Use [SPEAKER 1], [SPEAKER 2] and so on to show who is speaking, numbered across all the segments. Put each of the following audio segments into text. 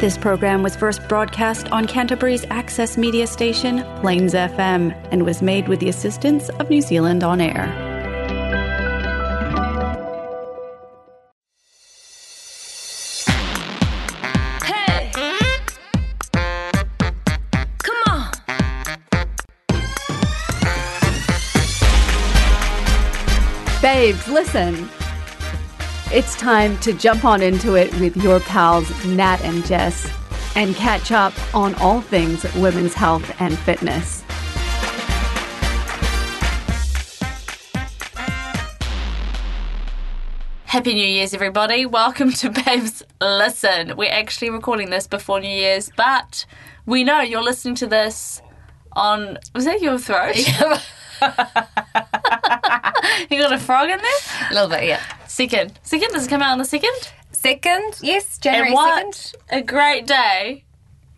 [SPEAKER 1] This program was first broadcast on Canterbury's access media station, Plains FM, and was made with the assistance of New Zealand On Air.
[SPEAKER 2] Hey! Come on!
[SPEAKER 1] Babes, listen. It's time to jump on into it with your pals, Nat and Jess, and catch up on all things women's health and fitness.
[SPEAKER 2] Happy New Year's, everybody. Welcome to Babes Listen. We're actually recording this before New Year's, but we know you're listening to this on. Was that your throat? you got a frog in there?
[SPEAKER 3] A little bit, yeah.
[SPEAKER 2] Second. Second? Does it come out on the second?
[SPEAKER 3] Second, yes, January
[SPEAKER 2] and what
[SPEAKER 3] 2nd.
[SPEAKER 2] a great day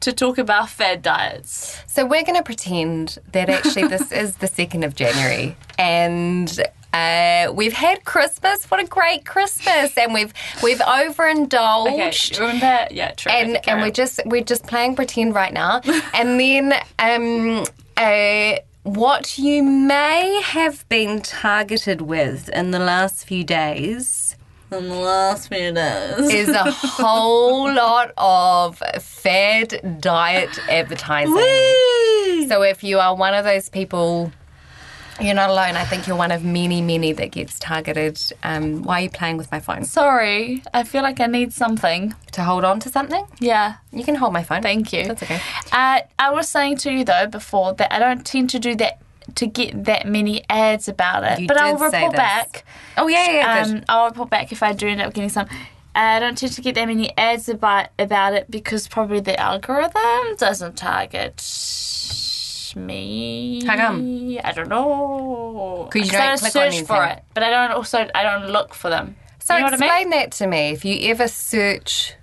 [SPEAKER 2] to talk about fad diets.
[SPEAKER 3] So we're going to pretend that actually this is the 2nd of January. And uh, we've had Christmas. What a great Christmas. And we've we've
[SPEAKER 2] Okay,
[SPEAKER 3] overindulged.
[SPEAKER 2] remember? Yeah, true.
[SPEAKER 3] And,
[SPEAKER 2] Okay,
[SPEAKER 3] and
[SPEAKER 2] carry
[SPEAKER 3] we're
[SPEAKER 2] on.
[SPEAKER 3] just we're just playing pretend right now, and then um, uh, what you may have been targeted with in the last few days
[SPEAKER 2] in the last few days.
[SPEAKER 3] is a whole lot of fad diet advertising. So if you are one of those people, you're not alone. I think you're one of many, many that gets targeted. Um, why are you playing with my phone?
[SPEAKER 2] Sorry, I feel like I need something.
[SPEAKER 3] To hold on to something?
[SPEAKER 2] Yeah,
[SPEAKER 3] You can hold my phone.
[SPEAKER 2] Thank you.
[SPEAKER 3] That's okay.
[SPEAKER 2] Uh, I was saying to you though before that I don't tend to do that to get that many ads about it,
[SPEAKER 3] You
[SPEAKER 2] but I'll
[SPEAKER 3] did
[SPEAKER 2] report
[SPEAKER 3] say this.
[SPEAKER 2] back.
[SPEAKER 3] Oh yeah, yeah. good.
[SPEAKER 2] Um, I'll report back if I do end up getting some. Uh, I don't tend to get that many ads about about it because probably the algorithm doesn't target me.
[SPEAKER 3] How come?
[SPEAKER 2] I don't know.
[SPEAKER 3] 'Cause you
[SPEAKER 2] I
[SPEAKER 3] don't click on
[SPEAKER 2] search for
[SPEAKER 3] anything.
[SPEAKER 2] it, but I don't also I don't look for them.
[SPEAKER 3] so
[SPEAKER 2] you know what
[SPEAKER 3] explain
[SPEAKER 2] I mean?
[SPEAKER 3] that to me. If you ever search,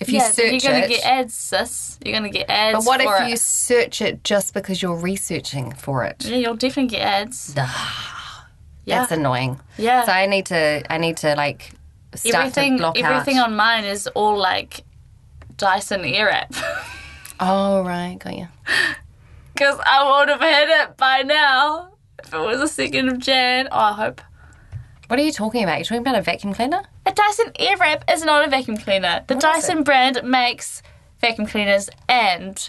[SPEAKER 3] if you
[SPEAKER 2] yeah, but
[SPEAKER 3] search
[SPEAKER 2] you're gonna
[SPEAKER 3] it.
[SPEAKER 2] get ads, sis. You're gonna get ads.
[SPEAKER 3] but what
[SPEAKER 2] for
[SPEAKER 3] if
[SPEAKER 2] it.
[SPEAKER 3] you search it just because you're researching for it?
[SPEAKER 2] Yeah, you'll definitely get ads. yeah.
[SPEAKER 3] That's annoying.
[SPEAKER 2] Yeah.
[SPEAKER 3] So I need to I need to like start
[SPEAKER 2] everything
[SPEAKER 3] to block
[SPEAKER 2] everything
[SPEAKER 3] out.
[SPEAKER 2] on mine is all like Dyson Airwrap.
[SPEAKER 3] oh right, got you.
[SPEAKER 2] Because I would have had it by now if it was the second of Jan. Oh, I hope.
[SPEAKER 3] What are you talking about? You're talking about a vacuum cleaner?
[SPEAKER 2] A Dyson Airwrap is not a vacuum cleaner. The
[SPEAKER 3] What is
[SPEAKER 2] Dyson brand makes vacuum cleaners and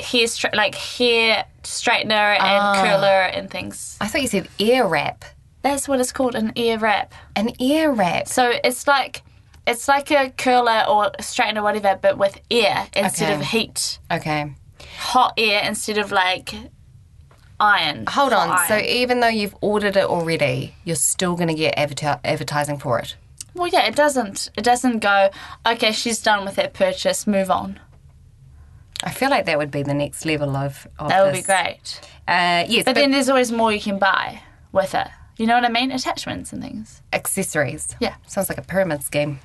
[SPEAKER 2] hair stra- like hair straightener and
[SPEAKER 3] Ah.
[SPEAKER 2] curler and things.
[SPEAKER 3] I thought you said ear wrap.
[SPEAKER 2] That's what it's called, an ear wrap.
[SPEAKER 3] An ear wrap.
[SPEAKER 2] So it's like it's like a curler or a straightener, whatever, but with air instead
[SPEAKER 3] Okay.
[SPEAKER 2] of heat.
[SPEAKER 3] Okay.
[SPEAKER 2] hot air instead of like iron.
[SPEAKER 3] Hold
[SPEAKER 2] hot
[SPEAKER 3] on. So
[SPEAKER 2] iron.
[SPEAKER 3] even though you've ordered it already, you're still going to get adverti- advertising for it.
[SPEAKER 2] well, yeah, it doesn't. It doesn't go. Okay, she's done with that purchase. Move on.
[SPEAKER 3] I feel like that would be the next level of, of
[SPEAKER 2] That would be
[SPEAKER 3] this.
[SPEAKER 2] great.
[SPEAKER 3] Uh, yes,
[SPEAKER 2] But
[SPEAKER 3] but,
[SPEAKER 2] then there's always more you can buy with it. You know what I mean? Attachments and things.
[SPEAKER 3] accessories.
[SPEAKER 2] Yeah.
[SPEAKER 3] Sounds like a pyramid scheme.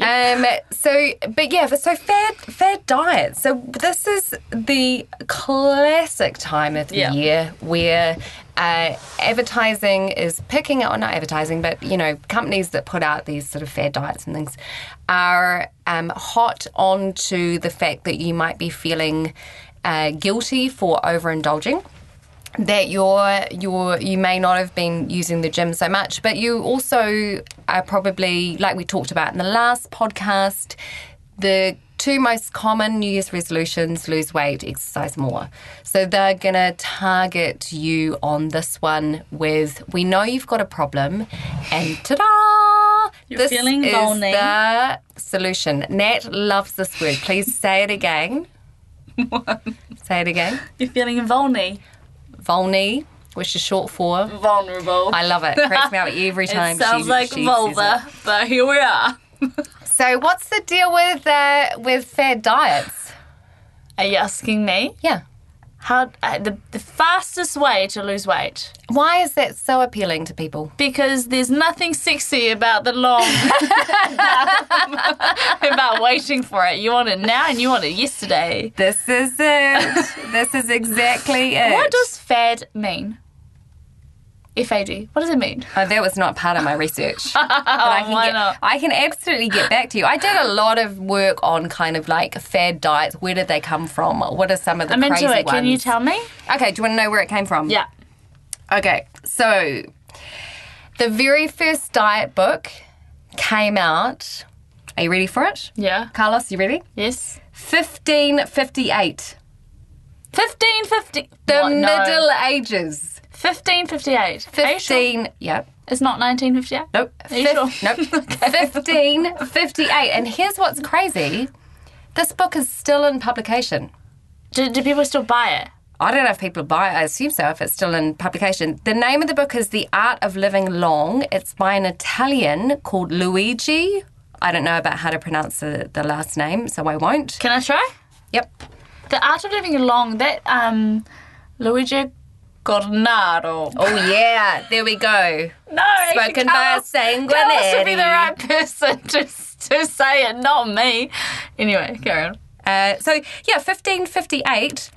[SPEAKER 3] Um, so, but yeah, but so fad, fad diet. So this is the classic time of the
[SPEAKER 2] Yeah.
[SPEAKER 3] year where uh, advertising is picking up, or not advertising, but you know, companies that put out these sort of fad diets and things are um, hot onto the fact that you might be feeling uh, guilty for overindulging that you're you're you may not have been using the gym so much, but you also are probably like we talked about in the last podcast, the two most common New Year's resolutions: lose weight, exercise more. So they're gonna target you on this one with we know you've got a problem, and ta-da! You're this
[SPEAKER 2] feeling
[SPEAKER 3] is
[SPEAKER 2] lonely.
[SPEAKER 3] the solution. Nat loves this word. Please say it again. say it again.
[SPEAKER 2] You're feeling vulny.
[SPEAKER 3] Volney, which is short for.
[SPEAKER 2] Vulnerable.
[SPEAKER 3] I love it. Cracks me up every time.
[SPEAKER 2] it sounds
[SPEAKER 3] she,
[SPEAKER 2] like
[SPEAKER 3] she
[SPEAKER 2] vulva, but here we are.
[SPEAKER 3] says it. So, what's the deal with uh, with fad diets?
[SPEAKER 2] Are you asking me
[SPEAKER 3] Yeah.
[SPEAKER 2] how uh, the the fastest way to lose weight?
[SPEAKER 3] Why is that so appealing to people?
[SPEAKER 2] because there's nothing sexy about the long about waiting for it. You want it now and you want it yesterday.
[SPEAKER 3] This is it. this is exactly it.
[SPEAKER 2] What does fad mean? FAD. What does it mean?
[SPEAKER 3] Oh, that was not part of my research. But I can
[SPEAKER 2] Why
[SPEAKER 3] get-
[SPEAKER 2] not?
[SPEAKER 3] I can absolutely get back to you. I did a lot of work on kind of like fad diets. Where did they come from? What are some of the
[SPEAKER 2] I'm into
[SPEAKER 3] crazy
[SPEAKER 2] it.
[SPEAKER 3] ones?
[SPEAKER 2] Can you tell me?
[SPEAKER 3] Okay, do you want to know where it came from? Okay, so the very first diet book came out. Are you ready for it?
[SPEAKER 2] Yeah.
[SPEAKER 3] Carlos, you ready?
[SPEAKER 2] Yes.
[SPEAKER 3] 1558.
[SPEAKER 2] 1550.
[SPEAKER 3] The
[SPEAKER 2] What? No.
[SPEAKER 3] Middle Ages.
[SPEAKER 2] 1558. Are you sure?
[SPEAKER 3] 15. Yep.
[SPEAKER 2] It's not 1958.
[SPEAKER 3] Nope.
[SPEAKER 2] Are you
[SPEAKER 3] Fif-
[SPEAKER 2] sure?
[SPEAKER 3] Nope. 1558. And here's what's crazy this book is still in publication.
[SPEAKER 2] Do, do people still buy it?
[SPEAKER 3] I don't know if people buy it. I assume so if it's still in publication. The name of the book is The Art of Living Long. It's by an Italian called Luigi. I don't know about how to pronounce the, the last name, so I won't.
[SPEAKER 2] Can I try?
[SPEAKER 3] Yep.
[SPEAKER 2] The Art of Living Long. That um, Luigi Cornaro.
[SPEAKER 3] Oh, yeah. There we go.
[SPEAKER 2] No,
[SPEAKER 3] Spoken by a
[SPEAKER 2] Carlos would be the
[SPEAKER 3] sanguinary.
[SPEAKER 2] right person to, to say it, not me. Anyway, Karen.
[SPEAKER 3] Uh, so, yeah, 1558,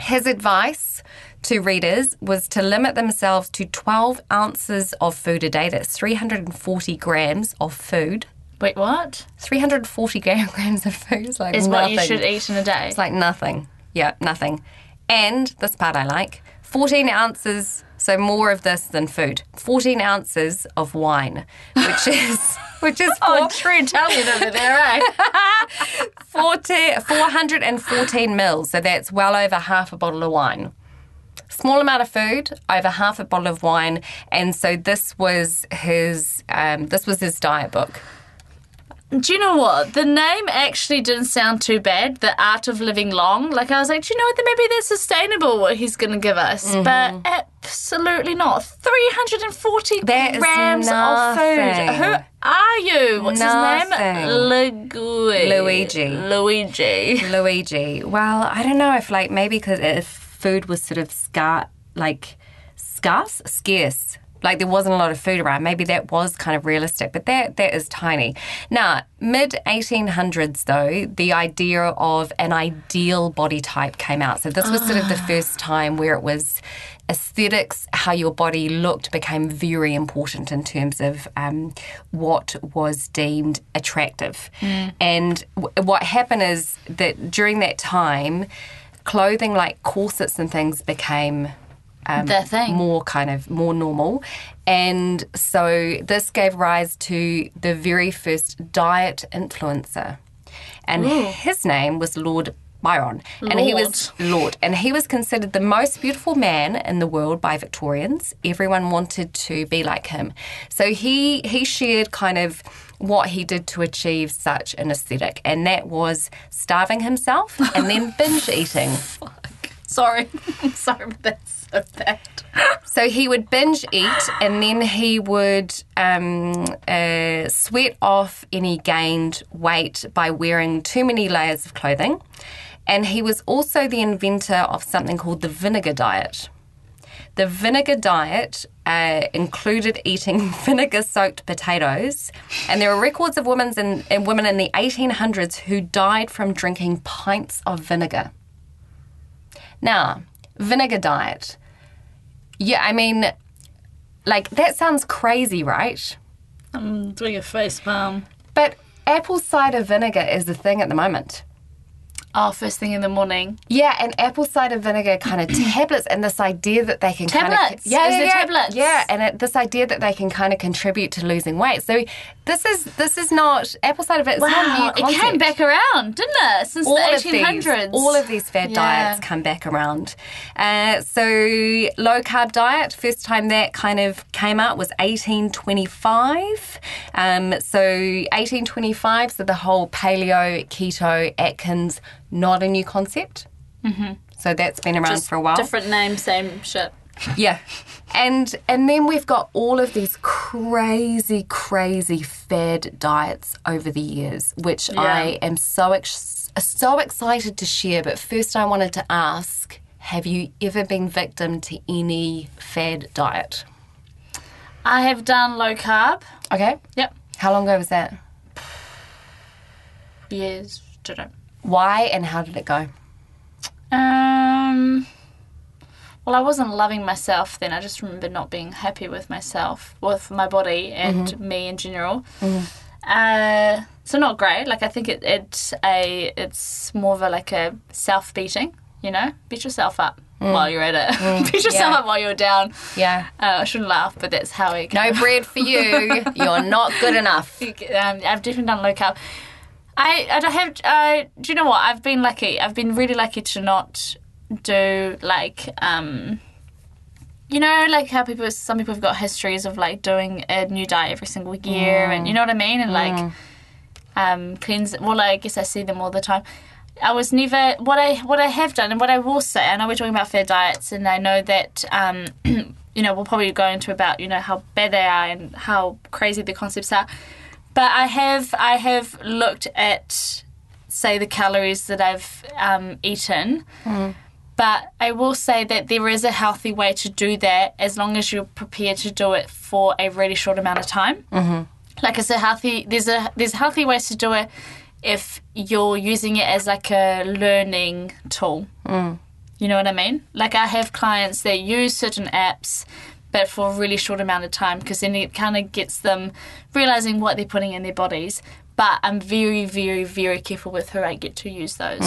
[SPEAKER 3] his advice to readers was to limit themselves to 12 ounces of food a day. That's 340 grams of food.
[SPEAKER 2] Wait, what?
[SPEAKER 3] 340 grams of food is like
[SPEAKER 2] Is what
[SPEAKER 3] nothing.
[SPEAKER 2] you should eat in a day.
[SPEAKER 3] It's like nothing. Yeah, nothing. And this part I like 14 ounces, so more of this than food. 14 ounces of wine, which is. Which is
[SPEAKER 2] oh,
[SPEAKER 3] four,
[SPEAKER 2] true Italian over there, eh?
[SPEAKER 3] 40, 414 mils, so that's well over half a bottle of wine. Small amount of food, over half a bottle of wine, and so this was his um, this was his diet book.
[SPEAKER 2] Do you know what? The name actually didn't sound too bad. The Art of Living Long. Like I was like, do you know what? Then maybe that's sustainable. What he's going to give us, but absolutely not. Three hundred and forty
[SPEAKER 3] That is
[SPEAKER 2] grams of
[SPEAKER 3] nothing.
[SPEAKER 2] food. Who are you? What's
[SPEAKER 3] Nothing.
[SPEAKER 2] his name? Luigi.
[SPEAKER 3] Luigi.
[SPEAKER 2] Luigi.
[SPEAKER 3] Luigi. Well, I don't know if like maybe because if food was sort of scar like scarce, scarce. Like there wasn't a lot of food around. Maybe that was kind of realistic, but that that is tiny. Now, mid 1800s though, the idea of an ideal body type came out. So this was sort of the first time where it was aesthetics, how your body looked, became very important in terms of um, what was deemed attractive. And w- what happened is that during that time, clothing like corsets and things became um,
[SPEAKER 2] The thing.
[SPEAKER 3] more kind of more normal. And so this gave rise to the very first diet influencer. And his name was Lord Byron. And he was Lord. And he was considered the most beautiful man in the world by Victorians. Everyone wanted to be like him. So he he shared kind of what he did to achieve such an aesthetic, and that was starving himself and then binge eating.
[SPEAKER 2] Sorry, sorry, but that's so bad.
[SPEAKER 3] So he would binge eat and then he would um, uh, sweat off any gained weight by wearing too many layers of clothing. And he was also the inventor of something called the vinegar diet. The vinegar diet uh, included eating vinegar-soaked potatoes, and there are records of women in, in women in the 1800s who died from drinking pints of vinegar. Now, vinegar diet. Yeah, I mean, like that sounds crazy, right?
[SPEAKER 2] I'm doing a face palm.
[SPEAKER 3] But apple cider vinegar is the thing at the moment.
[SPEAKER 2] Oh, first thing in the morning.
[SPEAKER 3] Yeah, and apple cider vinegar kind of tablets, and this idea that they can Kind of,
[SPEAKER 2] Tablets?
[SPEAKER 3] yeah,
[SPEAKER 2] Is
[SPEAKER 3] yeah,
[SPEAKER 2] there
[SPEAKER 3] yeah,
[SPEAKER 2] tablets?
[SPEAKER 3] Yeah, and it, this idea that they can kind of contribute to losing weight. So this is this is not apple cider vinegar. It's not a new
[SPEAKER 2] Wow, it
[SPEAKER 3] concept.
[SPEAKER 2] came back around, didn't it? Since
[SPEAKER 3] all
[SPEAKER 2] the
[SPEAKER 3] of
[SPEAKER 2] 1800s.
[SPEAKER 3] these, all of these fad
[SPEAKER 2] Yeah.
[SPEAKER 3] diets come back around. Uh, so low carb diet, first time that kind of came out was 1825. Um, so 1825, so the whole paleo, keto, Atkins, not a new concept. Mm-hmm. So that's been around for a while.
[SPEAKER 2] Different name, same shit.
[SPEAKER 3] Yeah. And and then we've got all of these crazy, crazy fad diets over the years, which I am so ex- so excited to share. But first, I wanted to ask: Have you ever been victim to any fad diet?
[SPEAKER 2] I have done low carb.
[SPEAKER 3] Okay.
[SPEAKER 2] Yep.
[SPEAKER 3] How long ago was that?
[SPEAKER 2] Yes. Don't know.
[SPEAKER 3] Why and how did it go?
[SPEAKER 2] Um. well, I wasn't loving myself then. I just remember not being happy with myself, with my body and
[SPEAKER 3] Mm-hmm.
[SPEAKER 2] me in general. Uh, so not great. Like I think it, it's a it's more of a, like a self beating. You know, beat yourself up while you're at it. beat yourself
[SPEAKER 3] Mm. yeah.
[SPEAKER 2] up while you're down.
[SPEAKER 3] Yeah.
[SPEAKER 2] Uh, I shouldn't laugh, but that's how it.
[SPEAKER 3] No bread for you. You're not good enough.
[SPEAKER 2] You get- um, I've definitely done low carb. I, I don't have. I, do you know what? I've been lucky. I've been really lucky to not do like. Um, you know, like how people, some people have got histories of like doing a new diet every single year, and you know what I mean, and like um, cleanse. Well, I guess I see them all the time. I was never what I what I have done and what I will say. I know we're talking about fair diets, and I know that um, you know we'll probably go into about you know how bad they are and how crazy the concepts are. But I have I have looked at say the calories that I've um, eaten. But I will say that there is a healthy way to do that as long as you're prepared to do it for a really short amount of time like it's a healthy there's a there's healthy ways to do it if you're using it as like a learning tool you know what i mean like i have clients that use certain apps but for a really short amount of time because then it kind of gets them realizing what they're putting in their bodies but i'm very very very careful with who i get to use those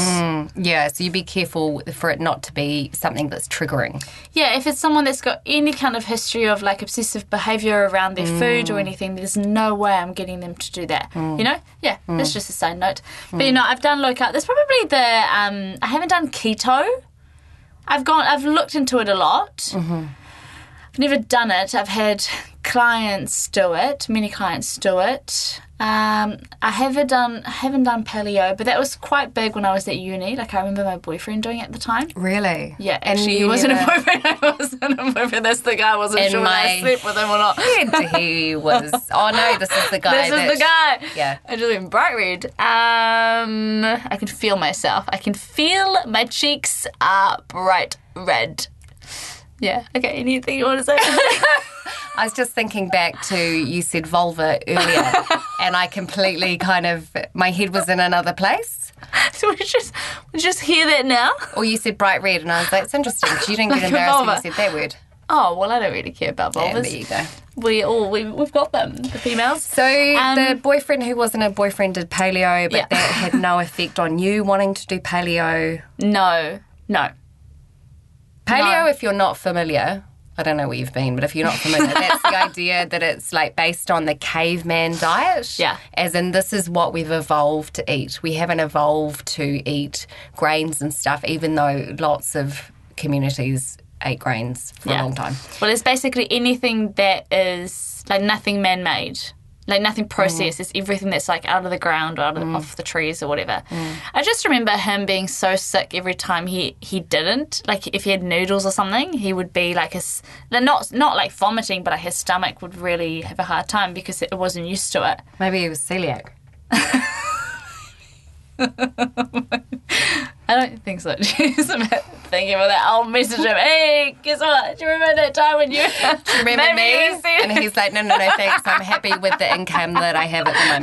[SPEAKER 3] Yeah, so you be careful for it not to be something that's triggering.
[SPEAKER 2] Yeah, if it's someone that's got any kind of history of like obsessive behavior around their food or anything, there's no way I'm getting them to do that. You know? Yeah, that's just a side note. But you know, I've done low carb. There's probably the um, I haven't done keto. I've gone. I've looked into it a lot. I've never done it. I've had clients do it. Many clients do it. Um, I haven't done. I haven't done paleo, but that was quite big when I was at uni. Like I remember my boyfriend doing it at the time.
[SPEAKER 3] Really?
[SPEAKER 2] Yeah, actually, he wasn't a boyfriend. I wasn't a boyfriend. That's the guy. I wasn't
[SPEAKER 3] In
[SPEAKER 2] sure whether I
[SPEAKER 3] my-
[SPEAKER 2] slept with him or not.
[SPEAKER 3] boyfriend. he was. Oh no, this is the guy.
[SPEAKER 2] This
[SPEAKER 3] that-
[SPEAKER 2] is the guy.
[SPEAKER 3] Yeah.
[SPEAKER 2] I just went bright red. Um, I can feel myself. I can feel my cheeks are bright red. Yeah. Okay. Anything you want to say?
[SPEAKER 3] I was just thinking back to you said vulva earlier, and I completely kind of my head was in another place.
[SPEAKER 2] so we just we just hear that now.
[SPEAKER 3] Or you said bright red, and I was like, "It's interesting. 'cause You didn't get
[SPEAKER 2] Like a
[SPEAKER 3] embarrassed when you
[SPEAKER 2] vulva.
[SPEAKER 3] said that word."
[SPEAKER 2] Oh well, I don't really care about
[SPEAKER 3] Yeah,
[SPEAKER 2] vulvas.
[SPEAKER 3] there you go.
[SPEAKER 2] We all we we've got them. The females.
[SPEAKER 3] So the
[SPEAKER 2] Um,
[SPEAKER 3] boyfriend who wasn't a boyfriend did paleo, but
[SPEAKER 2] Yeah.
[SPEAKER 3] that had no effect on you wanting to do paleo.
[SPEAKER 2] no, no.
[SPEAKER 3] Paleo,
[SPEAKER 2] No.
[SPEAKER 3] if you're not familiar, I don't know where you've been, but if you're not familiar, that's the idea that it's like based on the caveman diet.
[SPEAKER 2] Yeah.
[SPEAKER 3] As in, this is what we've evolved to eat. We haven't evolved to eat grains and stuff, even though lots of communities ate grains for a
[SPEAKER 2] Yeah.
[SPEAKER 3] long time.
[SPEAKER 2] Well, it's basically anything that is like nothing man made, like nothing processed. It's everything that's like out of the ground or out of, off the trees or whatever. I just remember him being so sick every time he he didn't like if he had noodles or something, he would be like his like, not not like vomiting, but like his stomach would really have a hard time because it wasn't used to it.
[SPEAKER 3] Maybe it was celiac.
[SPEAKER 2] I don't think so. Jeez, I'm thinking about that. I'll message him. Hey, guess what? Do you remember that time when you
[SPEAKER 3] Remember
[SPEAKER 2] Maybe
[SPEAKER 3] me?
[SPEAKER 2] it was celiac.
[SPEAKER 3] And he's like, no, no, no, thanks. I'm happy with the income that I have at the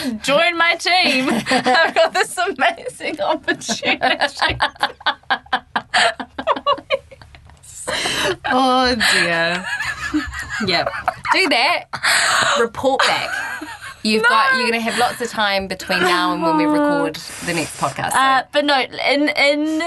[SPEAKER 3] moment.
[SPEAKER 2] join my team. I've got this amazing opportunity.
[SPEAKER 3] Oh dear. yep. Do that. Report back. You've got you're gonna have lots of time between now and when we record the next podcast. so-
[SPEAKER 2] Uh, but no, in in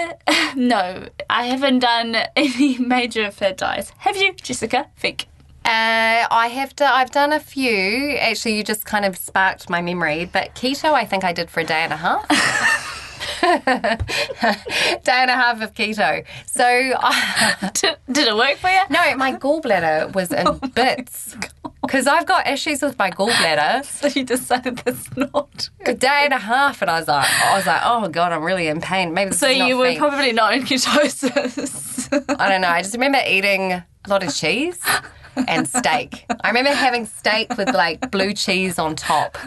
[SPEAKER 2] no, I haven't done any major fair diets. Have you, Jessica? Fink.
[SPEAKER 3] Uh, I have to. I've done a few. Actually, you just kind of sparked my memory. But keto, I think I did for a day and a half. day and a half of keto. So I,
[SPEAKER 2] Did, did it work for you?
[SPEAKER 3] no, my gallbladder was in bits because I've got issues with my gallbladder.
[SPEAKER 2] So you decided that's not.
[SPEAKER 3] a day and a half, and I was like, I was like, oh god, I'm really in pain. Maybe this
[SPEAKER 2] So
[SPEAKER 3] is not
[SPEAKER 2] you were
[SPEAKER 3] me.
[SPEAKER 2] probably not in ketosis.
[SPEAKER 3] I don't know. I just remember eating a lot of cheese and steak. I remember having steak with like blue cheese on top.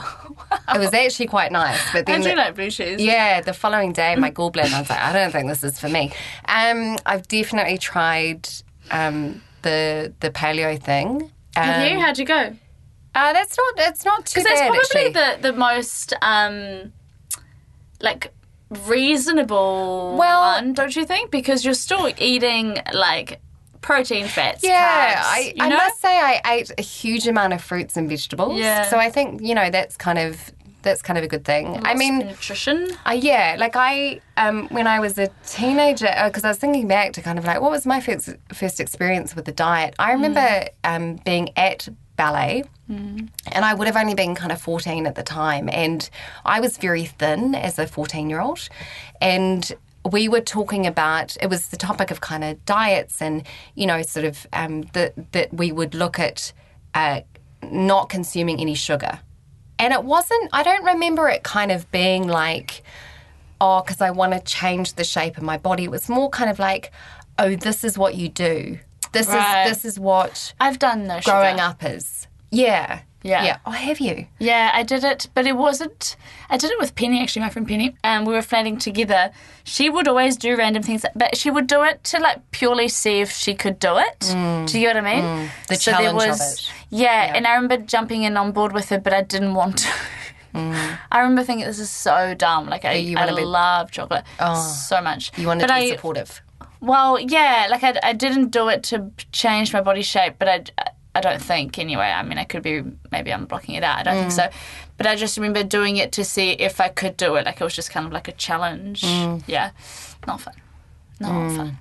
[SPEAKER 3] It was actually quite nice, but
[SPEAKER 2] I
[SPEAKER 3] then.
[SPEAKER 2] do like blue cheese.
[SPEAKER 3] yeah, the following day, my gallbladder, I was like, I don't think this is for me. Um, I've definitely tried um, the the paleo thing. Um,
[SPEAKER 2] Have you? How'd you go?
[SPEAKER 3] Uh, that's not. It's not too
[SPEAKER 2] Because
[SPEAKER 3] bad.
[SPEAKER 2] that's
[SPEAKER 3] actually.
[SPEAKER 2] probably the, the most um, like reasonable
[SPEAKER 3] Well-
[SPEAKER 2] one, don't you think? Because you're still eating like protein, fats,
[SPEAKER 3] Yeah,
[SPEAKER 2] carbs,
[SPEAKER 3] I,
[SPEAKER 2] you
[SPEAKER 3] I
[SPEAKER 2] know?
[SPEAKER 3] must say I ate a huge amount of fruits and vegetables.
[SPEAKER 2] Yeah.
[SPEAKER 3] So I think you know that's kind of that's kind of a good thing. I
[SPEAKER 2] Lots of
[SPEAKER 3] mean,
[SPEAKER 2] nutrition.
[SPEAKER 3] Uh, yeah, like I, um, when I was a teenager, because I was thinking back to kind of like what was my first, first experience with the diet. I remember um, being at ballet, and I would have only been kind of 14 at the time, and I was very thin as a 14 year old, and we were talking about it was the topic of kind of diets and you know sort of um, that that we would look at uh, not consuming any sugar and it wasn't, I don't remember it kind of being like, oh, because I want to change the shape of my body. It was more kind of like, oh, this is what you do. This
[SPEAKER 2] Right.
[SPEAKER 3] is this is what
[SPEAKER 2] I've done no sugar.
[SPEAKER 3] growing up is. Yeah.
[SPEAKER 2] Yeah.
[SPEAKER 3] Yeah. Oh, have you?
[SPEAKER 2] Yeah, I did it, but it wasn't. I did it with Penny, actually, my friend Penny, and we were flirting together. She would always do random things, but she would do it to like purely see if she could do it. Do you know what I mean?
[SPEAKER 3] Mm. The challenge of it.
[SPEAKER 2] Yeah, and I remember jumping in on board with her, but I didn't want to. I remember thinking this is so dumb. Like I,
[SPEAKER 3] Mm. you
[SPEAKER 2] I
[SPEAKER 3] wanna be- Oh.
[SPEAKER 2] love chocolate so much.
[SPEAKER 3] You wanted
[SPEAKER 2] but
[SPEAKER 3] to be
[SPEAKER 2] I,
[SPEAKER 3] supportive.
[SPEAKER 2] well, yeah, like I, I didn't do it to change my body shape, but I, I don't think anyway. I mean, I could be maybe I'm blocking it out. I don't think so, but I just remember doing it to see if I could do it. Like it was just kind of like a challenge. Yeah, not fun. Not fun.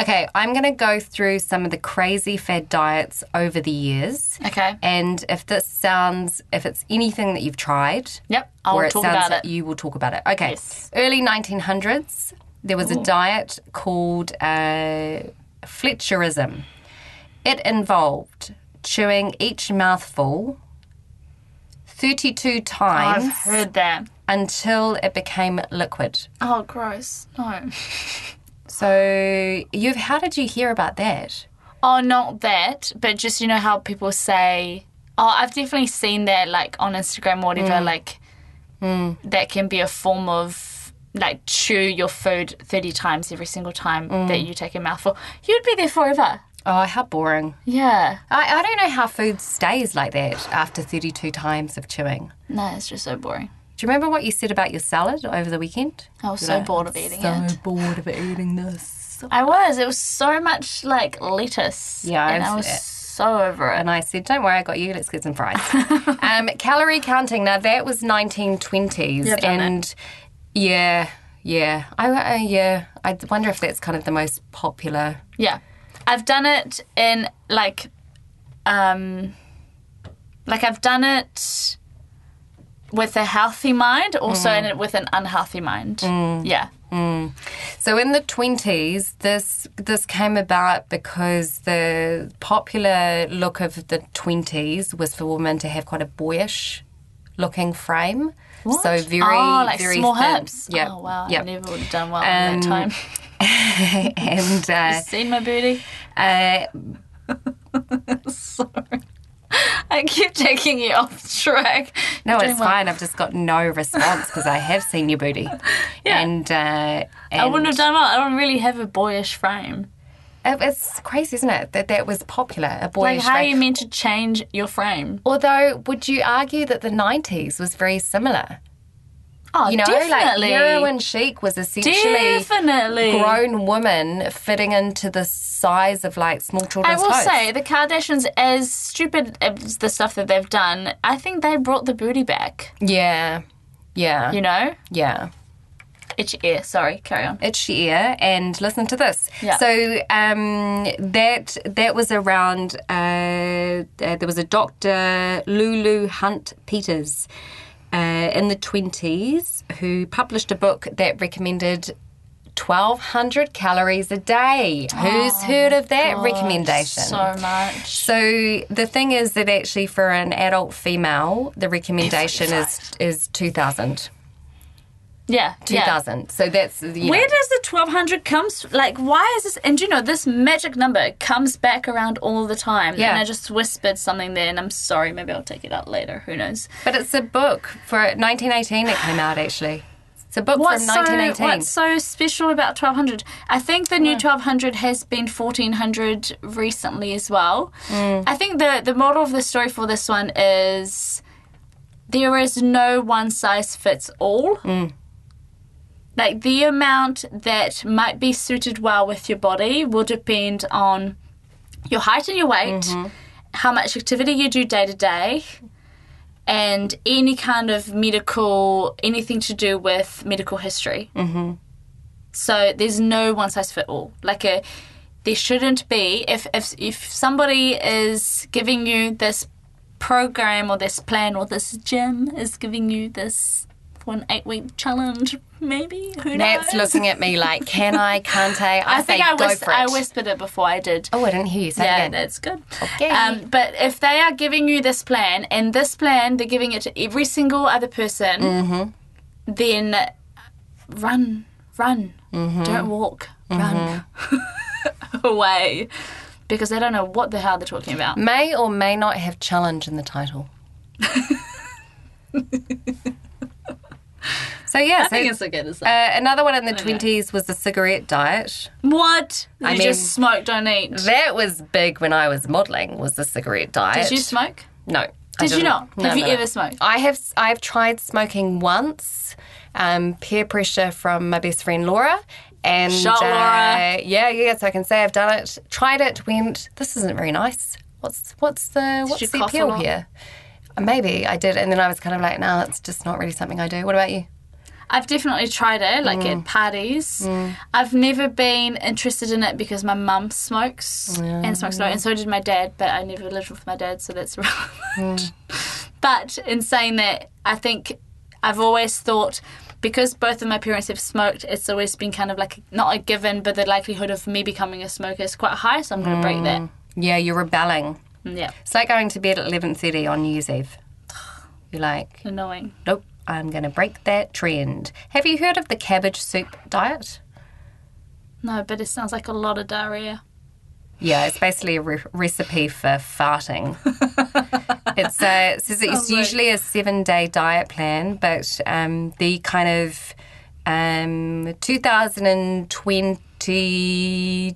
[SPEAKER 3] Okay, I'm going to go through some of the crazy fad diets over the years.
[SPEAKER 2] Okay.
[SPEAKER 3] And if this sounds, if it's anything that you've tried,
[SPEAKER 2] Yep, I'll
[SPEAKER 3] or it
[SPEAKER 2] talk
[SPEAKER 3] sounds
[SPEAKER 2] about
[SPEAKER 3] like
[SPEAKER 2] it.
[SPEAKER 3] you will talk about it. Okay.
[SPEAKER 2] Yes.
[SPEAKER 3] Early 1900s, there was a diet called uh, Fletcherism. It involved chewing each mouthful 32
[SPEAKER 2] I've
[SPEAKER 3] times
[SPEAKER 2] heard that.
[SPEAKER 3] until it became liquid.
[SPEAKER 2] Oh, gross. No.
[SPEAKER 3] So, you've how did you hear about that?
[SPEAKER 2] Oh, not that, but just you know how people say. Oh, I've definitely seen that, like on Instagram or whatever. Like that can be a form of like chew your food thirty times every single time that you take a mouthful. You'd be there forever.
[SPEAKER 3] Oh, how boring.
[SPEAKER 2] Yeah.
[SPEAKER 3] I, I don't know how food stays like that after 32 times of chewing.
[SPEAKER 2] No, it's just so boring.
[SPEAKER 3] Do you remember what you said about your salad over the weekend?
[SPEAKER 2] I was so bored of eating it.
[SPEAKER 3] bored of eating this.
[SPEAKER 2] I was. It was so much like lettuce.
[SPEAKER 3] Yeah,
[SPEAKER 2] and
[SPEAKER 3] I've-
[SPEAKER 2] I was so over it.
[SPEAKER 3] And I said, "Don't worry, I got you. Let's get some fries." um, calorie counting. Now that was 1920s,
[SPEAKER 2] You've done
[SPEAKER 3] and yeah, yeah, I uh, yeah. I wonder if that's kind of the most popular.
[SPEAKER 2] Yeah. I've done it in like um like I've done it with a healthy mind, also
[SPEAKER 3] Mm.
[SPEAKER 2] in it with an unhealthy mind. Yeah.
[SPEAKER 3] So in the 20s, this this came about because the popular look of the 20s was for women to have quite a boyish looking frame. So very
[SPEAKER 2] oh, like
[SPEAKER 3] very
[SPEAKER 2] small
[SPEAKER 3] thin.
[SPEAKER 2] hips.
[SPEAKER 3] Yep.
[SPEAKER 2] Oh wow, I
[SPEAKER 3] Yep.
[SPEAKER 2] never would have done well in
[SPEAKER 3] Um,
[SPEAKER 2] that time.
[SPEAKER 3] and uh,
[SPEAKER 2] Seen my booty.
[SPEAKER 3] uh,
[SPEAKER 2] I keep taking you off track.
[SPEAKER 3] No,
[SPEAKER 2] You're
[SPEAKER 3] it's
[SPEAKER 2] doing well.
[SPEAKER 3] fine. I've just got no response because I have seen your booty.
[SPEAKER 2] Yeah.
[SPEAKER 3] And, uh,
[SPEAKER 2] I
[SPEAKER 3] and
[SPEAKER 2] wouldn't have done well. I don't really have a boyish frame.
[SPEAKER 3] it- It's crazy, isn't it? That that was popular, a
[SPEAKER 2] Like,
[SPEAKER 3] boyish
[SPEAKER 2] how are
[SPEAKER 3] frame.
[SPEAKER 2] you meant to change your frame?
[SPEAKER 3] Although, would you argue that the 90s was very similar?
[SPEAKER 2] Oh,
[SPEAKER 3] You know,
[SPEAKER 2] definitely.
[SPEAKER 3] like heroin chic was essentially
[SPEAKER 2] definitely.
[SPEAKER 3] grown women fitting into the size of like small
[SPEAKER 2] I
[SPEAKER 3] children's
[SPEAKER 2] will
[SPEAKER 3] clothes.
[SPEAKER 2] say the Kardashians, as stupid as the stuff that they've done, I think they brought the booty back.
[SPEAKER 3] Yeah. Yeah.
[SPEAKER 2] You know,
[SPEAKER 3] yeah.
[SPEAKER 2] itchy ear. Sorry, carry on.
[SPEAKER 3] itchy ear E and listen to this.
[SPEAKER 2] Yeah.
[SPEAKER 3] So um, that that was around. Uh, uh, there was a doctor Lulu Hunt Peters uh, in the twenties who published a book that recommended. 1200 calories a day. Who's heard of that recommendation?
[SPEAKER 2] Oh So much.
[SPEAKER 3] So the thing is that actually for an adult female, the recommendation is is 2000.
[SPEAKER 2] Yeah, yeah.
[SPEAKER 3] 2000. So that's you know,
[SPEAKER 2] Where does the twelve hundred comes? Like, why is this? And do you know this magic number comes back around all the time?
[SPEAKER 3] Yeah.
[SPEAKER 2] And I just whispered something there, and I'm sorry. Maybe I'll take it out later. Who knows?
[SPEAKER 3] But it's a book for 1918. It came out actually. It's a book
[SPEAKER 2] What's
[SPEAKER 3] from
[SPEAKER 2] so
[SPEAKER 3] 1918.
[SPEAKER 2] what's so special about twelve hundred? I think the new twelve hundred has been fourteen hundred recently as well. I think the the model of the story for this one is there is no one size fits all. like the amount that might be suited well with your body will depend on your height and your weight, how much activity you do day to day, and any kind of medical, anything to do with medical history. Mm-hmm. So there's no one size fit all. Like a, there shouldn't be. If if if somebody is giving you this program or this plan or this gym is giving you this for an eight week challenge, maybe who
[SPEAKER 3] Nat's
[SPEAKER 2] knows?
[SPEAKER 3] looking at me like, can I, can't I? I,
[SPEAKER 2] I think
[SPEAKER 3] say,
[SPEAKER 2] I,
[SPEAKER 3] go
[SPEAKER 2] whis-
[SPEAKER 3] for it.
[SPEAKER 2] I whispered it before I did.
[SPEAKER 3] oh, I didn't hear you say
[SPEAKER 2] yeah,
[SPEAKER 3] that.
[SPEAKER 2] that's good.
[SPEAKER 3] Okay.
[SPEAKER 2] Um, but if they are giving you this plan, and this plan they're giving it to every single other person,
[SPEAKER 3] Mm-hmm.
[SPEAKER 2] then run, run,
[SPEAKER 3] Mm-hmm.
[SPEAKER 2] don't walk, run away, because they don't know what the hell they're talking about.
[SPEAKER 3] May or may not have challenge in the title. so yeah, so,
[SPEAKER 2] a good as that.
[SPEAKER 3] uh, another one in the twenties was the cigarette diet.
[SPEAKER 2] What? You
[SPEAKER 3] I mean-
[SPEAKER 2] just smoke, don't eat.
[SPEAKER 3] That was big when I was modelling. Was the cigarette diet?
[SPEAKER 2] Did you smoke?
[SPEAKER 3] No. I
[SPEAKER 2] Did you
[SPEAKER 3] didn't.
[SPEAKER 2] not?
[SPEAKER 3] No,
[SPEAKER 2] Have you
[SPEAKER 3] no, no.
[SPEAKER 2] ever smoked?
[SPEAKER 3] I have. I've tried smoking once. Um, peer pressure from my best friend Laura. And uh,
[SPEAKER 2] Shot Laura.
[SPEAKER 3] yeah, yeah. So I can say I've done it. Tried it. Went. This isn't very nice. What's what's the
[SPEAKER 2] you
[SPEAKER 3] what's the
[SPEAKER 2] cough a
[SPEAKER 3] appeal
[SPEAKER 2] lot?
[SPEAKER 3] here? Uh, Maybe I did, and then I was kind of like, no, that's just not really something I do. What about you?
[SPEAKER 2] I've definitely tried it, like at parties. I've never been interested in it because my mum smokes and smokes a lot, and so did my dad, but I never lived with my dad, so that's relevant. But in saying that, I think I've always thought because both of my parents have smoked, it's always been kind of like not a given, but the likelihood of me becoming a smoker is quite high, so I'm going to break that. Mm,
[SPEAKER 3] Yeah, you're rebelling.
[SPEAKER 2] Yeah,
[SPEAKER 3] It's like going to bed at eleven thirty on New Year's Eve. You're like,
[SPEAKER 2] annoying.
[SPEAKER 3] nope, I'm going to break that trend. Have you heard of the cabbage soup diet?
[SPEAKER 2] No, but it sounds like a lot of diarrhea.
[SPEAKER 3] Yeah, it's basically a re- recipe for farting. it's uh, it says
[SPEAKER 2] like-
[SPEAKER 3] it's usually a seven day diet plan, but um, the kind of um, 2022